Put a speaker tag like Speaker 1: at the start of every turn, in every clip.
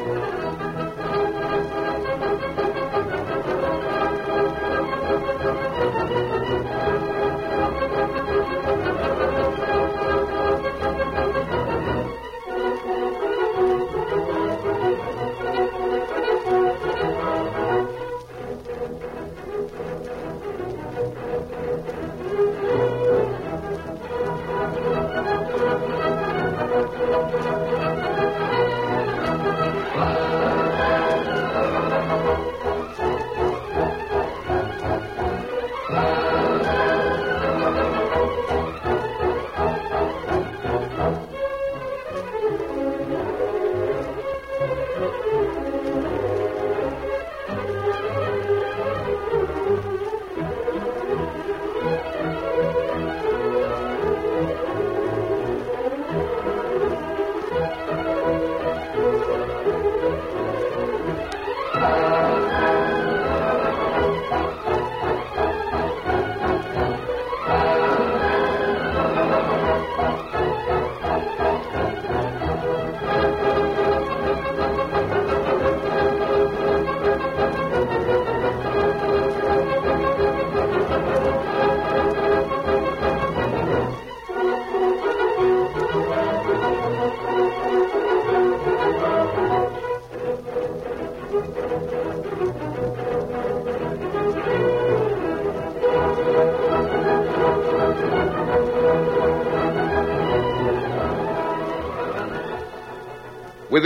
Speaker 1: With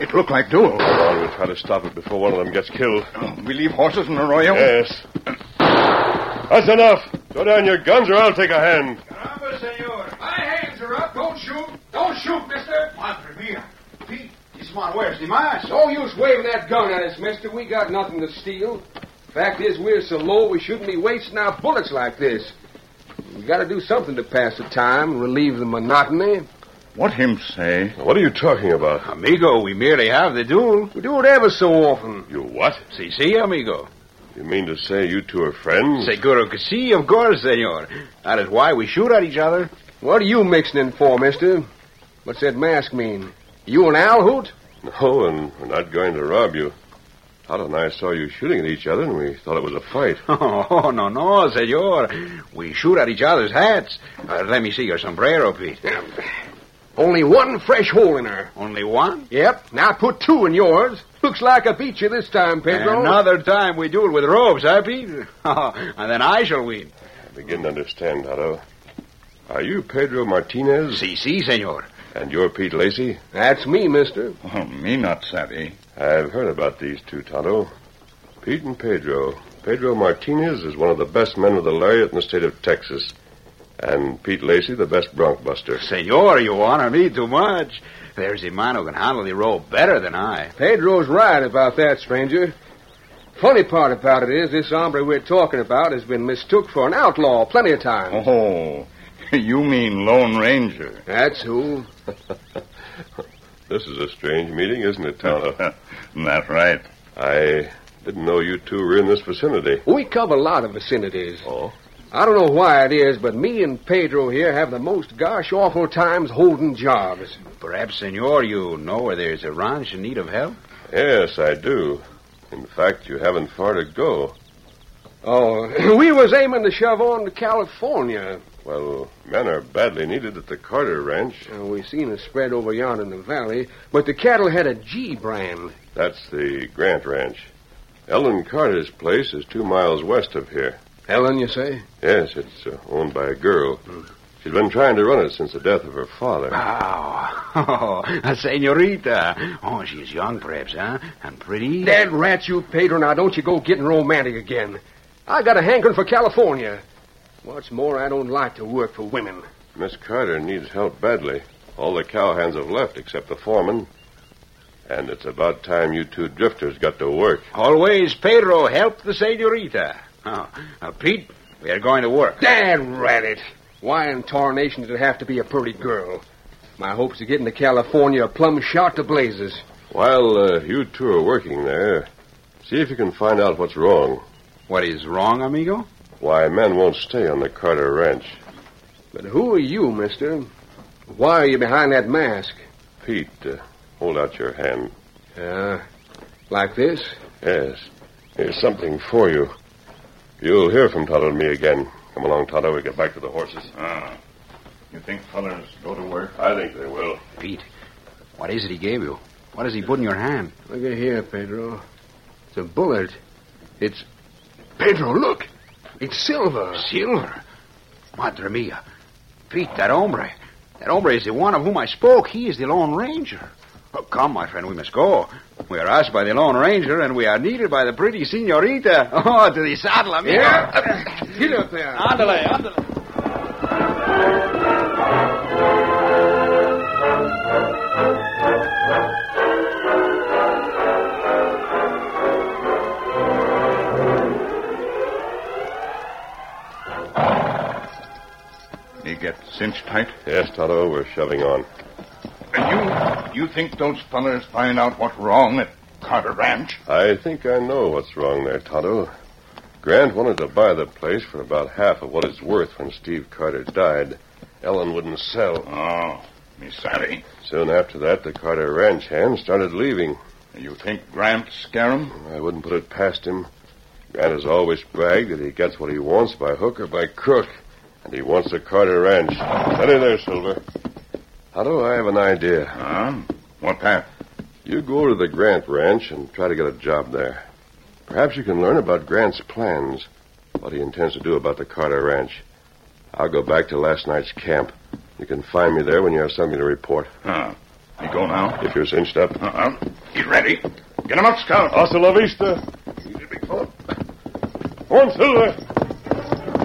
Speaker 2: It looked like duel. Oh.
Speaker 3: Come on, we'll try to stop it before one of them gets killed.
Speaker 2: We leave horses in Arroyo?
Speaker 3: Yes. That's enough. Go down your guns or I'll take a hand.
Speaker 4: Caramba, senor. My hands are up. Don't shoot. Don't shoot, mister. Madre mia. Pete, this one wears the mask.
Speaker 5: No use waving that gun at us, mister. We got nothing to steal. Fact is, we're so low we shouldn't be wasting our bullets like this. We gotta do something to pass the time and relieve the monotony.
Speaker 2: What him say?
Speaker 3: What are you talking about?
Speaker 4: Amigo, we merely have the duel.
Speaker 5: We do it ever so often.
Speaker 3: You what?
Speaker 4: Si, si, amigo.
Speaker 3: You mean to say you two are friends?
Speaker 4: Hmm. Seguro que si, of course, senor. That is why we shoot at each other.
Speaker 5: What are you mixing in for, mister? What's that mask mean? You an owl hoot?
Speaker 3: No, and we're not going to rob you. Todd and I saw you shooting at each other, and we thought it was a fight.
Speaker 4: Oh, no, no, senor. We shoot at each other's hats. Uh, let me see your sombrero, Pete.
Speaker 5: Um, Only one fresh hole in her.
Speaker 4: Only one?
Speaker 5: Yep. Now put two in yours. Looks like I beat you this time, Pedro.
Speaker 4: Another time we do it with ropes, huh, Pete? and then I shall win.
Speaker 3: I begin to understand, Otto. Are you Pedro Martinez?
Speaker 4: Si, si, senor.
Speaker 3: And you're Pete Lacey?
Speaker 5: That's me, mister.
Speaker 2: Oh, me not savvy.
Speaker 3: I've heard about these two, Tonto. Pete and Pedro. Pedro Martinez is one of the best men of the lariat in the state of Texas. And Pete Lacey, the best bronc buster.
Speaker 6: Senor, you honor me too much. There's a man who can handle the rope better than I.
Speaker 5: Pedro's right about that, stranger. Funny part about it is this hombre we're talking about has been mistook for an outlaw plenty of times.
Speaker 2: Oh, you mean Lone Ranger.
Speaker 5: That's who.
Speaker 3: This is a strange meeting, isn't it, Tonto?
Speaker 2: That's right.
Speaker 3: I didn't know you two were in this vicinity.
Speaker 5: We cover a lot of vicinities.
Speaker 3: Oh?
Speaker 5: I don't know why it is, but me and Pedro here have the most gosh awful times holding jobs.
Speaker 6: Perhaps, senor, you know where there's a ranch in need of help?
Speaker 3: Yes, I do. In fact, you haven't far to go.
Speaker 5: Oh, we was aiming to shove on to California.
Speaker 3: Well, men are badly needed at the Carter Ranch.
Speaker 5: Uh, we seen a spread over yonder in the valley, but the cattle had a G brand.
Speaker 3: That's the Grant Ranch. Ellen Carter's place is two miles west of here.
Speaker 5: Helen, you say?
Speaker 3: Yes, it's uh, owned by a girl. She's been trying to run it since the death of her father.
Speaker 6: Wow. Oh, senorita. Oh, she's young, perhaps, huh? And pretty.
Speaker 5: Dad rat you, Pedro. Now don't you go getting romantic again. I got a hankering for California. What's more, I don't like to work for women.
Speaker 3: Miss Carter needs help badly. All the cowhands have left except the foreman. And it's about time you two drifters got to work.
Speaker 6: Always, Pedro, help the senorita. Oh, now, Pete, we are going to work.
Speaker 5: Dad rat it. Why in tarnation does it have to be a pretty girl? My hopes of getting to California are plumb shot to blazes.
Speaker 3: While uh, you two are working there, see if you can find out what's wrong.
Speaker 6: What is wrong, amigo?
Speaker 3: Why men won't stay on the Carter Ranch.
Speaker 5: But who are you, mister? Why are you behind that mask?
Speaker 3: Pete, uh, hold out your hand.
Speaker 5: Uh, like this?
Speaker 3: Yes. Here's something for you. You'll hear from Tonto and me again. Come along, Tonto. We get back to the horses.
Speaker 2: Ah. You think fellers go to work?
Speaker 3: I think they will.
Speaker 6: Pete, what is it he gave you? What does he put in your hand?
Speaker 5: Look at here, Pedro. It's a bullet. It's. Pedro, look! It's silver.
Speaker 6: Silver. Madre mia. Pete, that hombre. That hombre is the one of whom I spoke. He is the Lone Ranger. Oh, come, my friend, we must go. We are asked by the Lone Ranger, and we are needed by the pretty senorita. Oh, to the saddle, amigo.
Speaker 5: Get up there.
Speaker 6: Andale, andale.
Speaker 2: They get cinched tight?
Speaker 3: Yes, Tonto, we're shoving on.
Speaker 2: And you, you think those fellers find out what's wrong at Carter Ranch?
Speaker 3: I think I know what's wrong there, Tonto. Grant wanted to buy the place for about half of what it's worth when Steve Carter died. Ellen wouldn't sell.
Speaker 2: Oh, me sorry.
Speaker 3: Soon after that, the Carter ranch hands started leaving.
Speaker 2: You think Grant scare 'em?
Speaker 3: I wouldn't put it past him. Grant has always bragged that he gets what he wants by hook or by crook, and he wants the Carter ranch. Steady there, Silver. How do I have an idea?
Speaker 2: Huh? What that?
Speaker 3: You go to the Grant ranch and try to get a job there. Perhaps you can learn about Grant's plans, what he intends to do about the Carter ranch. I'll go back to last night's camp. You can find me there when you have something to report.
Speaker 2: Huh. You go now?
Speaker 3: If you're cinched up.
Speaker 2: Uh-uh. Get ready. Get 'em up, Scout.
Speaker 7: Hasta la vista. Come on, Silver.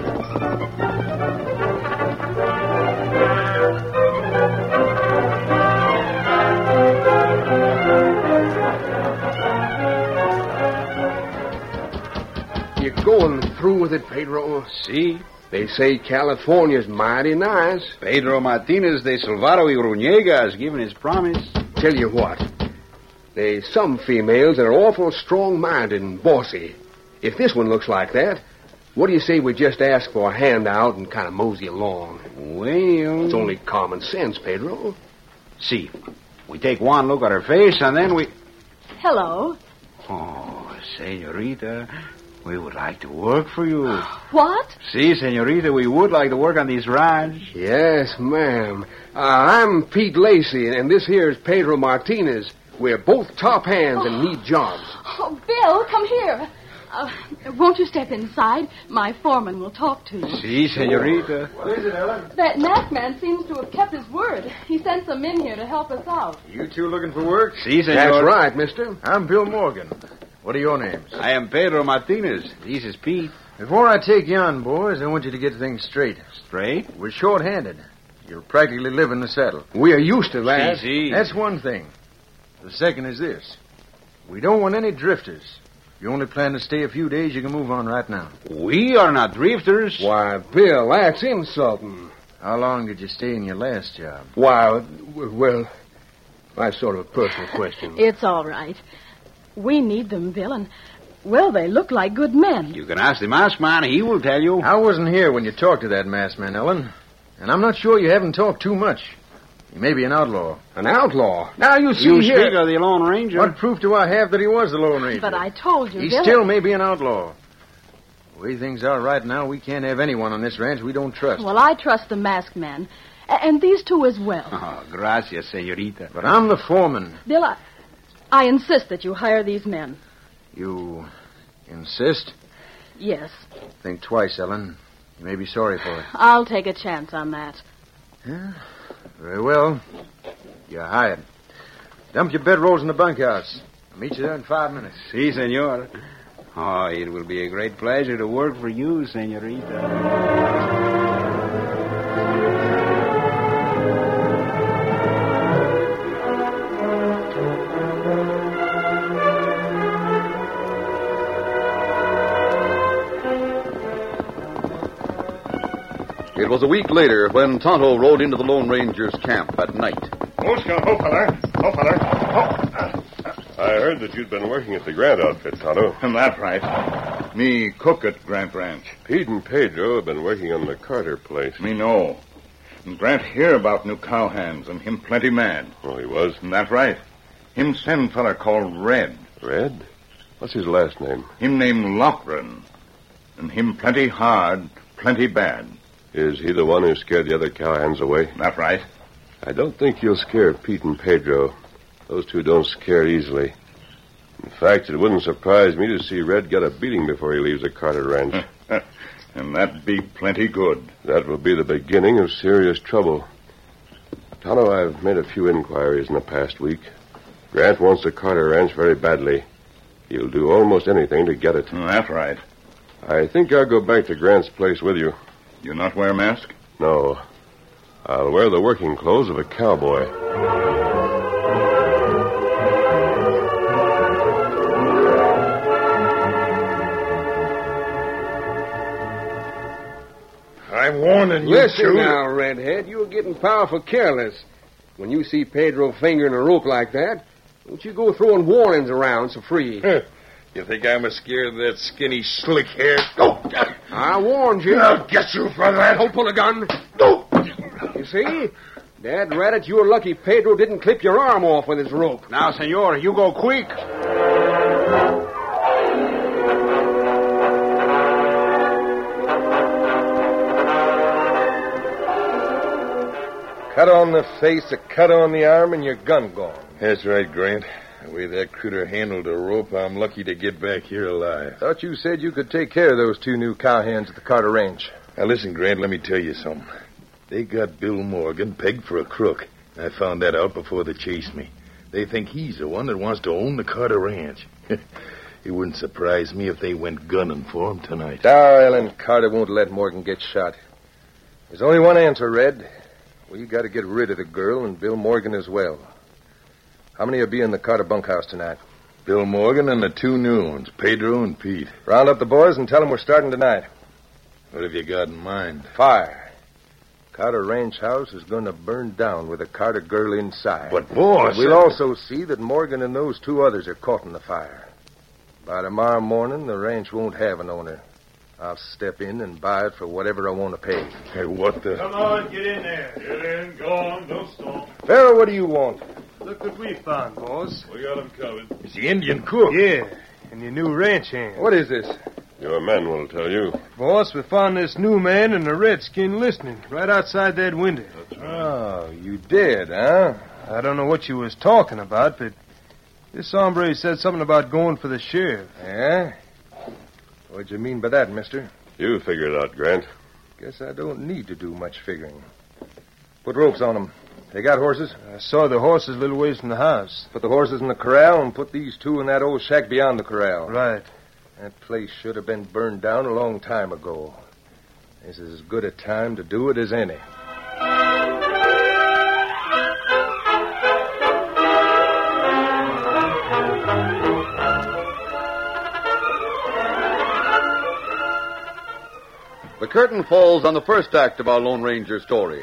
Speaker 5: You're going through with it, Pedro.
Speaker 6: See?
Speaker 5: They say California's mighty nice.
Speaker 6: Pedro Martinez de Silvado y Gruñega has given his promise.
Speaker 5: Tell you what, there's some females that are awful strong-minded and bossy. If this one looks like that, what do you say we just ask for a handout and kind of mosey along?
Speaker 6: Well,
Speaker 5: It's only common sense, Pedro.
Speaker 6: see. We take one look at her face, and then we.
Speaker 8: Hello.
Speaker 6: Oh, senorita, we would like to work for you.
Speaker 8: What?
Speaker 6: See, senorita, we would like to work on this ranch.
Speaker 5: Yes, ma'am. Uh, I'm Pete Lacey, and this here is Pedro Martinez. We're both top hands and need jobs.
Speaker 8: Oh, Bill, come here. Uh, won't you step inside? My foreman will talk to you.
Speaker 6: See, senorita.
Speaker 8: That masked man seems to have kept his word. He sent some in here to help us out.
Speaker 6: You two looking for work? See, senor.
Speaker 5: That's right, mister.
Speaker 9: I'm Bill Morgan. What are your names?
Speaker 6: I am Pedro Martinez. This is Pete.
Speaker 9: Before I take you on, boys, I want you to get things straight.
Speaker 6: Straight?
Speaker 9: We're short-handed. You're practically living the saddle.
Speaker 5: We are used to that.
Speaker 6: Easy.
Speaker 9: That's one thing. The second is this. We don't want any drifters. If you only plan to stay a few days, you can move on right now.
Speaker 6: We are not drifters.
Speaker 5: Why, Bill, that's insulting.
Speaker 9: How long did you stay in your last job?
Speaker 5: Why, w- well, that's sort of a personal question.
Speaker 8: It's all right. We need them, Bill, and, well, they look like good men.
Speaker 6: You can ask the masked man. He will tell you.
Speaker 9: I wasn't here when you talked to that masked man, Ellen. And I'm not sure you haven't talked too much. You may be an outlaw.
Speaker 5: An outlaw. Now you see
Speaker 6: You
Speaker 5: here.
Speaker 6: speak of the Lone Ranger.
Speaker 9: What proof do I have that he was the Lone Ranger?
Speaker 8: But I told you,
Speaker 9: He
Speaker 8: Bill.
Speaker 9: still may be an outlaw. The way things are right now, we can't have anyone on this ranch we don't trust.
Speaker 8: Well, I trust the masked man, a- and these two as well.
Speaker 6: Oh, gracias, senorita.
Speaker 9: But I'm the foreman.
Speaker 8: Bill, I, I insist that you hire these men.
Speaker 9: You insist?
Speaker 8: Yes,
Speaker 9: Think twice, Ellen. You may be sorry for it.
Speaker 8: I'll take a chance on that.
Speaker 9: Very well. You're hired. Dump your bedrolls in the bunkhouse. I'll meet you there in five minutes.
Speaker 6: Si, senor. Oh, it will be a great pleasure to work for you, senorita.
Speaker 1: It was a week later when Tonto rode into the Lone Ranger's camp at night.
Speaker 7: Mosca, ho, feller. Ho, feller. Ho.
Speaker 3: I heard that you'd been working at the Grant outfit, Tonto.
Speaker 2: Am that right? Me cook at Grant Ranch.
Speaker 3: Pete and Pedro have been working on the Carter place.
Speaker 2: Me know. And Grant hear about new cowhands and him plenty mad.
Speaker 3: Oh, he was.
Speaker 2: Am that right? Him send feller called Red.
Speaker 3: Red? What's his last name?
Speaker 2: Him name Lochran. And him plenty hard, plenty bad.
Speaker 3: Is he the one who scared the other cowhands away?
Speaker 2: Am that right?
Speaker 3: I don't think you'll scare Pete and Pedro. Those two don't scare easily. In fact, it wouldn't surprise me to see Red get a beating before he leaves the Carter ranch.
Speaker 2: And that be plenty good.
Speaker 3: that will be the beginning of serious trouble. Tonto, I've made a few inquiries in the past week. Grant wants the Carter ranch very badly. He'll do almost anything to get it.
Speaker 2: Am that Oh, right?
Speaker 3: I think I'll go back to Grant's place with you.
Speaker 2: You not wear mask?
Speaker 3: No. I'll wear the working clothes of a cowboy.
Speaker 7: I'm warning
Speaker 5: Listen now, Redhead, you're getting powerful careless. When you see Pedro fingering a rope like that, don't you go throwing warnings around so free.
Speaker 7: You think I'm a scared of that skinny, slick hair? Oh,
Speaker 5: I warned you.
Speaker 7: I'll get you for that.
Speaker 5: Don't pull a gun.
Speaker 7: Oh,
Speaker 5: You see? Dad Raditz, you're lucky Pedro didn't clip your arm off with his rope.
Speaker 6: Now, senor, you go quick.
Speaker 9: Cut on the face, a cut on the arm, and your gun gone.
Speaker 7: That's right, Grant. The way that critter handled the rope, I'm lucky to get back here alive.
Speaker 9: Thought you said you could take care of those two new cowhands at the Carter Ranch.
Speaker 7: Now, listen, Grant, let me tell you something. They got Bill Morgan pegged for a crook. I found that out before they chased me. They think he's the one that wants to own the Carter Ranch. it wouldn't surprise me if they went gunning for him tonight.
Speaker 9: Now, Ellen Carter won't let Morgan get shot. There's only one answer, Red. We got to get rid of the girl and Bill Morgan as well. How many will be in the Carter bunkhouse tonight?
Speaker 7: Bill Morgan and the two new ones, Pedro and Pete.
Speaker 9: Round up the boys and tell them we're starting tonight.
Speaker 7: What have you got in mind?
Speaker 9: Fire. Carter Ranch House is going to burn down with a Carter girl inside.
Speaker 7: But,
Speaker 2: Oh,
Speaker 7: boss.
Speaker 9: We'll also see that Morgan and those two others are caught in the fire. By tomorrow morning, the ranch won't have an owner. I'll step in and buy it for whatever I want to pay.
Speaker 7: Hey, what the?
Speaker 4: Come on, get in there. Get in, go on, don't stall.
Speaker 9: Pharaoh, what do you want?
Speaker 4: Look what we found, boss.
Speaker 7: We got him covered.
Speaker 4: It's the Indian cook. Yeah, and your new ranch hand.
Speaker 9: What is this?
Speaker 3: Your men will tell you.
Speaker 4: Boss, we found this new man and the redskin listening right outside that window.
Speaker 9: Oh, you did, huh?
Speaker 4: I don't know what you was talking about, but this hombre said something about going for the sheriff.
Speaker 9: Yeah? What'd you mean by that, mister?
Speaker 3: You figure it out, Grant.
Speaker 9: Guess I don't need to do much figuring. Put ropes on them. They got horses?
Speaker 4: I saw the horses a little ways from the house.
Speaker 9: Put the horses in the corral and put these two in that old shack beyond the corral.
Speaker 4: Right.
Speaker 9: That place should have been burned down a long time ago. This is as good a time to do it as any.
Speaker 1: The curtain falls on the first act of our Lone Ranger story.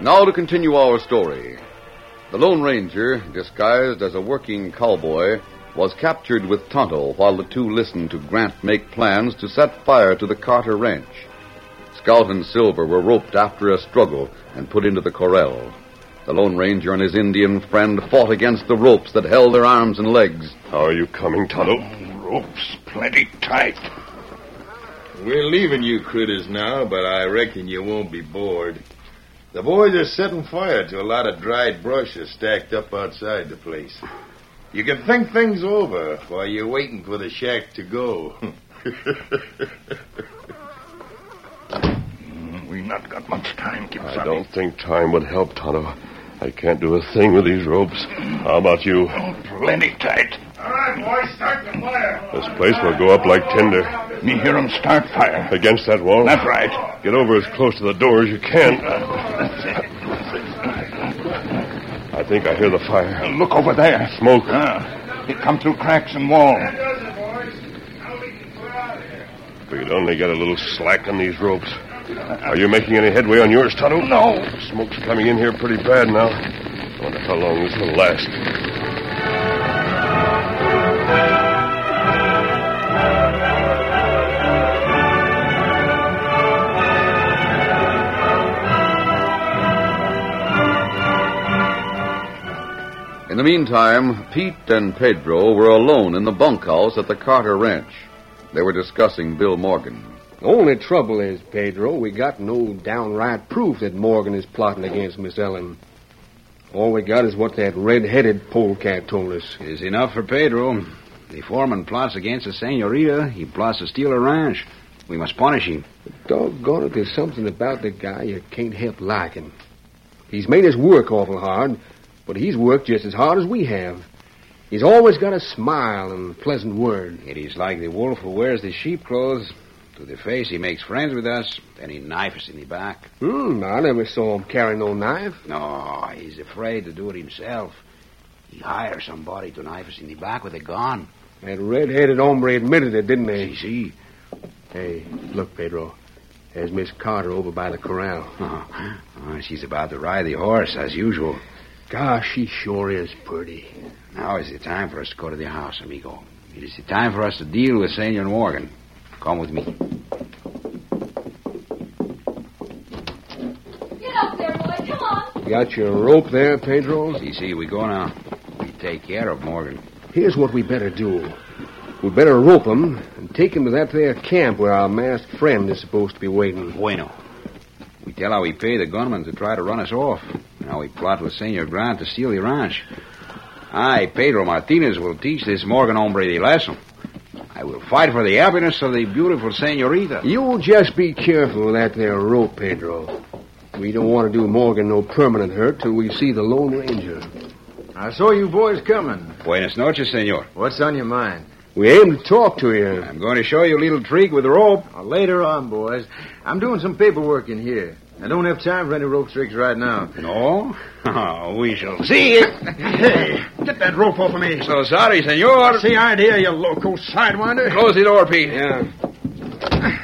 Speaker 1: Now to continue our story. The Lone Ranger, disguised as a working cowboy, was captured with Tonto while the two listened to Grant make plans to set fire to the Carter Ranch. Scout and Silver were roped after a struggle and put into the corral. The Lone Ranger and his Indian friend fought against the ropes that held their arms and legs.
Speaker 3: How are you coming, Tonto?
Speaker 7: Rope's plenty tight. We're leaving you critters now, but I reckon you won't be bored. The boys are setting fire to a lot of dried brush that's stacked up outside the place. You can think things over while you're waiting for the shack to go.
Speaker 2: We've Mm, not got much time,
Speaker 3: I
Speaker 2: Kipsaki.
Speaker 3: don't think time would help, Tonto. I can't do a thing with these ropes. How about you?
Speaker 2: Oh, Plenty tight.
Speaker 10: All right, boys, start the fire.
Speaker 3: This place will go up like tinder.
Speaker 2: Me hear 'em start fire.
Speaker 3: Against that wall?
Speaker 2: That's right.
Speaker 3: Get over as close to the door as you can. I think I hear the fire.
Speaker 2: Look over there.
Speaker 3: Smoke.
Speaker 2: Ah, it come through cracks in wall.
Speaker 3: If we'd only get a little slack on these ropes. Are you making any headway on yours, Tonto?
Speaker 2: No.
Speaker 3: Smoke's coming in here pretty bad now. I wonder how long this will last.
Speaker 1: In the meantime, Pete and Pedro were alone in the bunkhouse at the Carter Ranch. They were discussing Bill Morgan.
Speaker 5: The only trouble is, Pedro, we got no downright proof that Morgan is plotting against Miss Ellen. All we got is what that red-headed polecat told us.
Speaker 6: Is enough for Pedro. The foreman plots against the senorita. He plots to steal her ranch. We must punish him.
Speaker 5: Doggone it, there's something about the guy you can't help liking. He's made us work awful hard, but he's worked just as hard as we have. He's always got a smile and a pleasant word.
Speaker 6: It is like the wolf who wears the sheep clothes. To the face, he makes friends with us. Then he knife us in the back.
Speaker 5: Hmm, I never saw him carry no knife.
Speaker 6: No, he's afraid to do it himself. He hires somebody to knife us in the back with a gun.
Speaker 5: That red-headed hombre admitted it, didn't he? See. Hey, look, Pedro. There's Miss Carter over by the corral.
Speaker 6: Oh, she's about to ride the horse, as usual.
Speaker 5: Gosh, she sure is pretty.
Speaker 6: Now is the time for us to go to the house, amigo. It is the time for us to deal with Senor Morgan. Come with me.
Speaker 8: Get up there, boy. Come on.
Speaker 5: Got your rope there, Pedro?
Speaker 6: See, see, we go now. We take care of Morgan.
Speaker 5: Here's what we better do. We better rope him and take him to that there camp where our masked friend is supposed to be waiting.
Speaker 6: Bueno. We tell how we pay the gunman to try to run us off. Now we plot with Senor Grant to steal the ranch. I, Pedro Martinez, will teach this Morgan hombre the lesson. I will fight for the happiness of the beautiful senorita.
Speaker 5: You just be careful with that there rope, Pedro. We don't want to do Morgan no permanent hurt till we see the Lone Ranger.
Speaker 11: I saw you boys coming.
Speaker 6: Buenas noches, senor.
Speaker 11: What's on your mind?
Speaker 5: We aim to talk to you.
Speaker 6: I'm going to show you a little trick with rope.
Speaker 11: Uh, later on, boys. I'm doing some paperwork in here. I don't have time for any rope tricks right now.
Speaker 6: No? Oh, we shall see. hey,
Speaker 11: get that rope off of me.
Speaker 6: So Oh, sorry, senor.
Speaker 11: See, I idea, you loco sidewinder.
Speaker 6: Close the door, Pete. Yeah.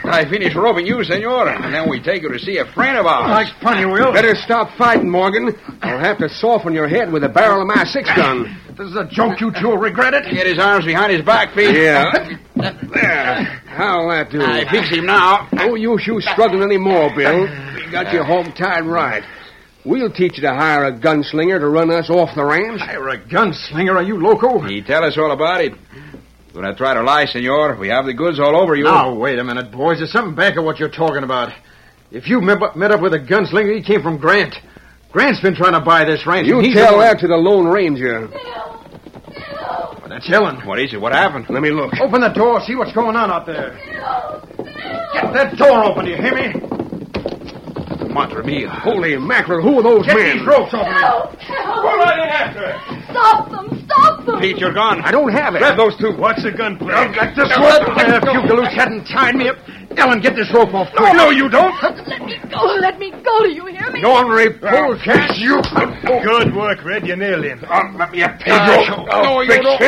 Speaker 6: I finish roping you, senor, and then we take you to see a friend of ours.
Speaker 5: Like fun you will.
Speaker 6: Better
Speaker 5: Better stop fighting, Morgan. I'll have to soften your head with the barrel of my six gun.
Speaker 6: This is a joke. You two'll regret it. Get his arms behind his back, Pete.
Speaker 5: Yeah. There. How'll that do?
Speaker 6: I fix him now.
Speaker 5: No use you struggling any more, Bill. You got your home tied right. We'll teach you to hire a gunslinger to run us off the ranch.
Speaker 6: Hire a gunslinger? Are you loco? He tell us all about it. When I try to lie, senor, we have the goods all over you.
Speaker 11: Now, wait a minute, boys. There's something back of what you're talking about. If you met met up with a gunslinger, he came from Grant. Grant's been trying to buy this ranch.
Speaker 5: You
Speaker 11: and he's the
Speaker 5: tell
Speaker 11: one-
Speaker 5: that to the Lone Ranger.
Speaker 11: Well, That's Helen.
Speaker 6: What is it? What happened?
Speaker 5: Let me look.
Speaker 11: Open the door. See what's going on out there. Get that door open. You hear me?
Speaker 6: Madre mia.
Speaker 5: Holy mackerel, who are those
Speaker 11: Get
Speaker 5: men?
Speaker 11: these ropes off me.
Speaker 10: Pull right in after it.
Speaker 8: Stop them! Stop them!
Speaker 6: Pete, you're gone.
Speaker 5: I don't have it.
Speaker 11: Grab
Speaker 6: those two.
Speaker 11: What's the gunplay? Now, let this
Speaker 10: Now,
Speaker 11: rope.
Speaker 10: let-
Speaker 11: If Bugalooch hadn't tied me up. Ellen, get this rope off.
Speaker 10: No, no, you don't.
Speaker 8: Let me go! Let me go! Do you hear me?
Speaker 11: No one pull cash. You.
Speaker 4: Good work, Red. You nailed him.
Speaker 11: let me up,
Speaker 4: Pedro.
Speaker 11: no, you don't.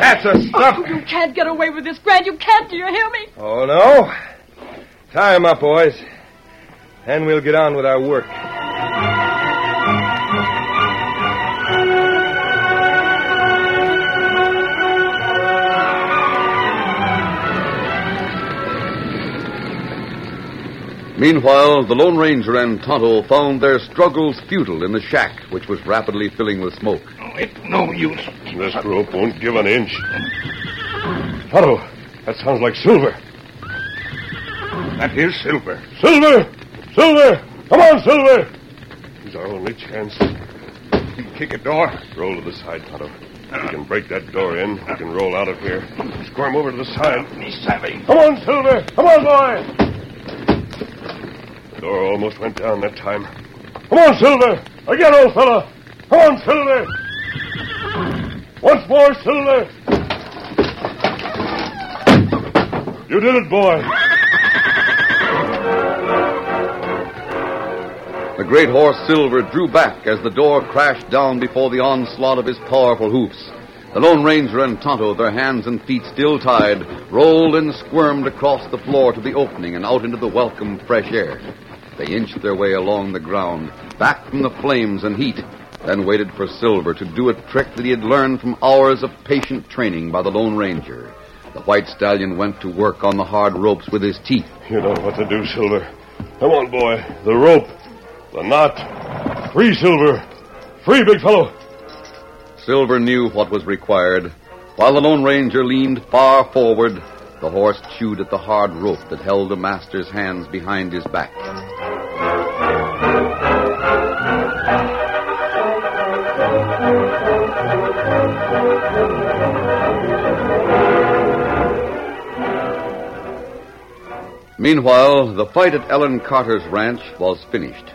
Speaker 4: That's a
Speaker 8: Oh, you can't get away with this, Grant. You can't. Do you hear me?
Speaker 4: Oh, no. Tie him up, boys. And we'll get on with our work.
Speaker 1: Meanwhile, the Lone Ranger and Tonto found their struggles futile in the shack, which was rapidly filling with smoke.
Speaker 3: No use. This rope won't give an inch. Toto, that sounds like Silver.
Speaker 2: That is silver.
Speaker 3: Silver! Silver! Come on, Silver! He's our only chance.
Speaker 2: Kick a door.
Speaker 3: Roll to the side, Tonto. We can break that door in. We can roll out of here. Squirm over to the side.
Speaker 2: Me savvy.
Speaker 3: Come on, Silver! Come on, boy! The door almost went down that time. Come on, Silver! Again, old fella! Come on, Silver! Once more, Silver! You did it, boy!
Speaker 1: The great horse Silver drew back as the door crashed down before the onslaught of his powerful hoofs. The Lone Ranger and Tonto, their hands and feet still tied, rolled and squirmed across the floor to the opening and out into the welcome fresh air. They inched their way along the ground, back from the flames and heat, then waited for Silver to do a trick that he had learned from hours of patient training by the Lone Ranger. The white stallion went to work on the hard ropes with his teeth.
Speaker 3: You know what to do, Silver. Come on, boy. The rope. The knot. Free, Silver. Free, big fellow.
Speaker 1: Silver knew what was required. While the Lone Ranger leaned far forward, the horse chewed at the hard rope that held the master's hands behind his back. Meanwhile, the fight at Ellen Carter's ranch was finished.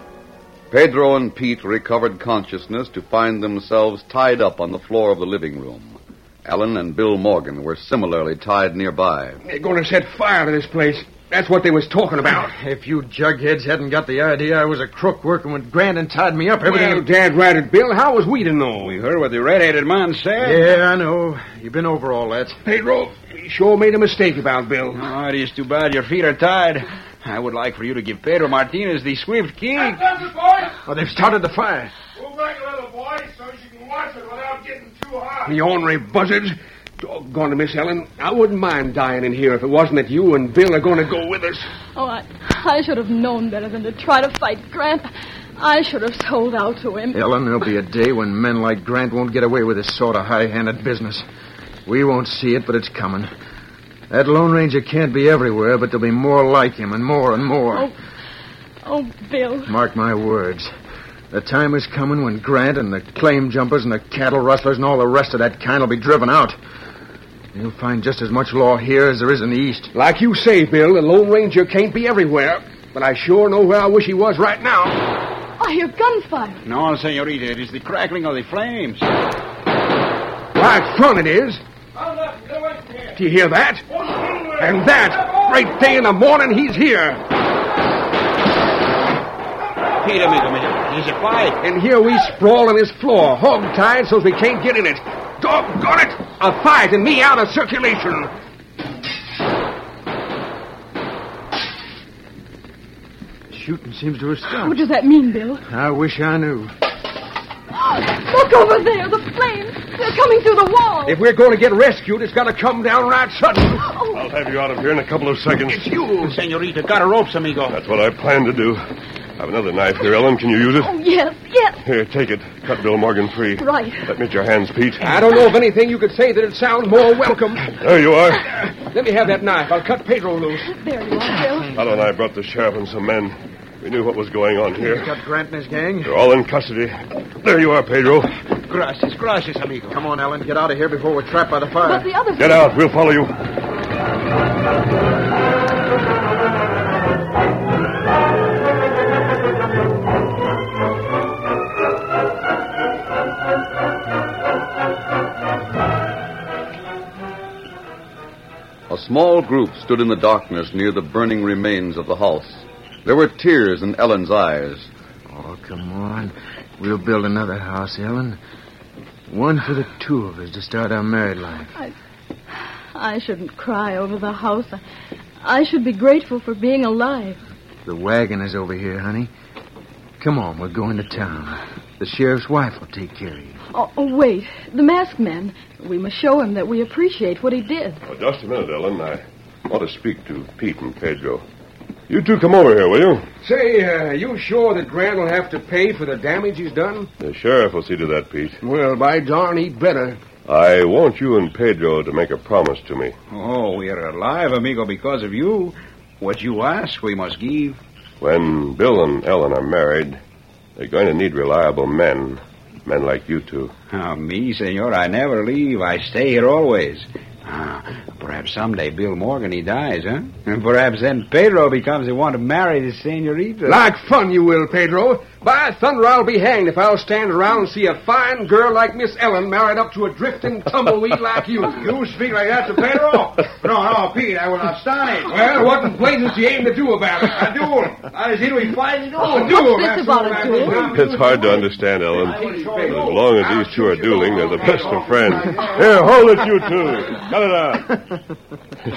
Speaker 1: Pedro and Pete recovered consciousness to find themselves tied up on the floor of the living room. Ellen and Bill Morgan were similarly tied nearby.
Speaker 5: They're going to set fire to this place. That's what they was talking about.
Speaker 11: If you jugheads hadn't got the idea I was a crook working with Grant and tied me up, everything.
Speaker 5: Well, Dad right it, Bill. How was we to know?
Speaker 6: You heard what the red-headed man said?
Speaker 11: Yeah, I know. You've been over all that.
Speaker 5: Pedro, he sure made a mistake about Bill.
Speaker 6: Oh, it is too bad your feet are tied. I would like for you to give Pedro Martinez the swift kick.
Speaker 10: Does it, boys?
Speaker 11: Oh, they've started the fire.
Speaker 10: Move back a little, boys, so you can watch it without getting too hot.
Speaker 5: The ornery buzzards. Doggone to Miss Ellen. I wouldn't mind dying in here if it wasn't that you and Bill are going to go with us.
Speaker 8: Oh, I, I should have known better than to try to fight Grant. I should have sold out to him.
Speaker 11: Ellen, there'll be a day when men like Grant won't get away with this sort of high-handed business. We won't see it, but it's coming. That Lone Ranger can't be everywhere, but there'll be more like him and more and more.
Speaker 8: Oh, oh, Bill.
Speaker 11: Mark my words. The time is coming when Grant and the claim jumpers and the cattle rustlers and all the rest of that kind will be driven out. You'll find just as much law here as there is in the East.
Speaker 5: Like you say, Bill, the Lone Ranger can't be everywhere. But I sure know where I wish he was right now.
Speaker 8: I hear gunfire.
Speaker 6: No, senorita, it is the crackling of the flames.
Speaker 5: Right front it is. Do you hear that? And that, right day in the morning, he's here.
Speaker 12: Peter Minkelman. He's a fight.
Speaker 5: And here we sprawl on this floor, hog-tied so's we can't get in it. Doggone it! A fight and me out of circulation.
Speaker 11: Shooting seems to have stopped.
Speaker 8: What does that mean, Bill?
Speaker 11: I wish I knew.
Speaker 8: Look over there, the flames. They're coming through the wall.
Speaker 5: If we're going to get rescued, it's got to come down right sudden.
Speaker 8: Oh,
Speaker 3: I'll have you out of here in a couple of seconds.
Speaker 12: It's you, senorita. Got a ropes, amigo.
Speaker 3: That's what I planned to do. I have another knife here, Ellen. Can you use
Speaker 8: Oh,
Speaker 3: it?
Speaker 8: yes, yes.
Speaker 3: Here, take it. Cut Bill Morgan free.
Speaker 8: Right.
Speaker 3: Let me at your hands, Pete.
Speaker 5: I don't know of anything you could say that'd sound more welcome.
Speaker 3: There you are.
Speaker 5: Let me have that knife. I'll cut Pedro loose.
Speaker 8: There you are, Bill.
Speaker 3: Otto and I brought the sheriff and some men. We knew what was going on
Speaker 11: You
Speaker 3: here.
Speaker 11: got Grant and his gang?
Speaker 3: They're all in custody. There you are, Pedro.
Speaker 11: Gracias, gracias, amigo. Come on, Ellen. Get out of here before we're trapped by the fire.
Speaker 8: But the other
Speaker 3: Get out. We'll follow you.
Speaker 1: A small group stood in the darkness near the burning remains of the house. There were tears in Ellen's eyes.
Speaker 11: Oh, come on. We'll build another house, Ellen. One for the two of us to start our married life.
Speaker 8: I shouldn't cry over the house. I, I should be grateful for being alive.
Speaker 11: The wagon is over here, honey. Come on, we're going to town. The sheriff's wife will take care of you.
Speaker 8: Oh, oh, wait. The masked man. We must show him that we appreciate what he did.
Speaker 3: Oh, just a minute, Ellen. I want to speak to Pete and Pedro. You two come over here, will you?
Speaker 5: Say, uh, you sure that Grant will have to pay for the damage he's done?
Speaker 3: The sheriff will see to that, Pete.
Speaker 5: Well, by darn, he'd better.
Speaker 3: I want you and Pedro to make a promise to me.
Speaker 6: Oh, we are alive, amigo, because of you. What you ask, we must give.
Speaker 3: When Bill and Ellen are married, they're going to need reliable men. Men like you two.
Speaker 6: Ah, me, senor, I never leave. I stay here always. Ah, perhaps someday Bill Morgan, he dies, huh? And perhaps then Pedro becomes the one to marry the senorita.
Speaker 5: Like fun you will, Pedro. By thunder, I'll be hanged if I'll stand around and see a fine girl like Miss Ellen married up to a drifting tumbleweed like you. You speak like that to Pedro?
Speaker 10: No, no, Pete, I will not stand it.
Speaker 5: Well, what in blazes do you aim to do about it? I do.
Speaker 10: I was here we fight it
Speaker 5: Oh,
Speaker 10: all.
Speaker 5: do it. That's all I mean.
Speaker 3: It's hard to understand, Ellen. But as long as these two are dueling, they're the best of friends. Here, hold it, you two. Cut it out.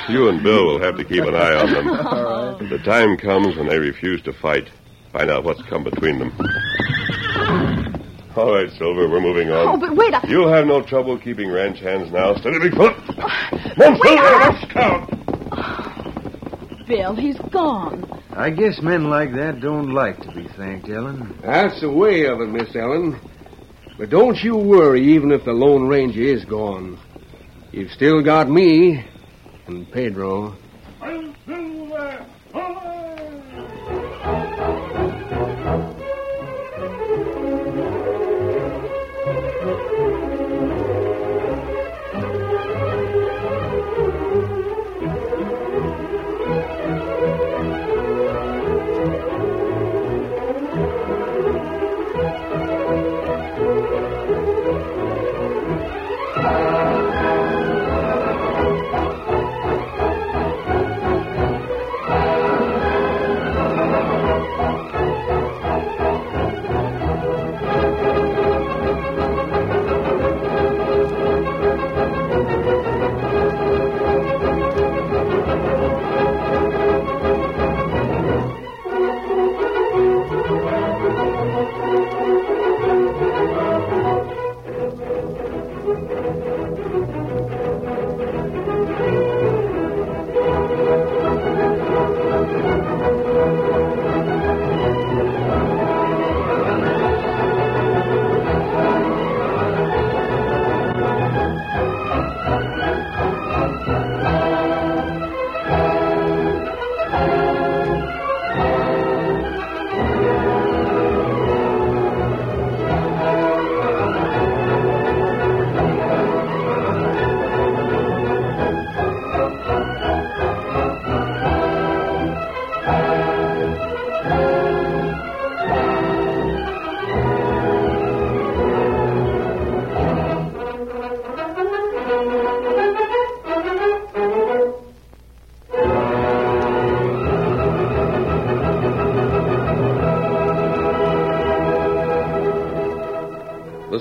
Speaker 3: You and Bill will have to keep an eye on them. The time comes when they refuse to fight. Find out what's come between them. All right, Silver, we're moving on.
Speaker 8: Oh, but wait, I-
Speaker 3: You'll have no trouble keeping ranch hands now. Steady, big fella. One Silver, let's count.
Speaker 8: Bill, he's gone.
Speaker 11: I guess men like that don't like to be thanked, Ellen.
Speaker 5: That's the way of it, Miss Ellen. But don't you worry, even if the Lone Ranger is gone. You've still got me and Pedro.
Speaker 10: Thank
Speaker 1: The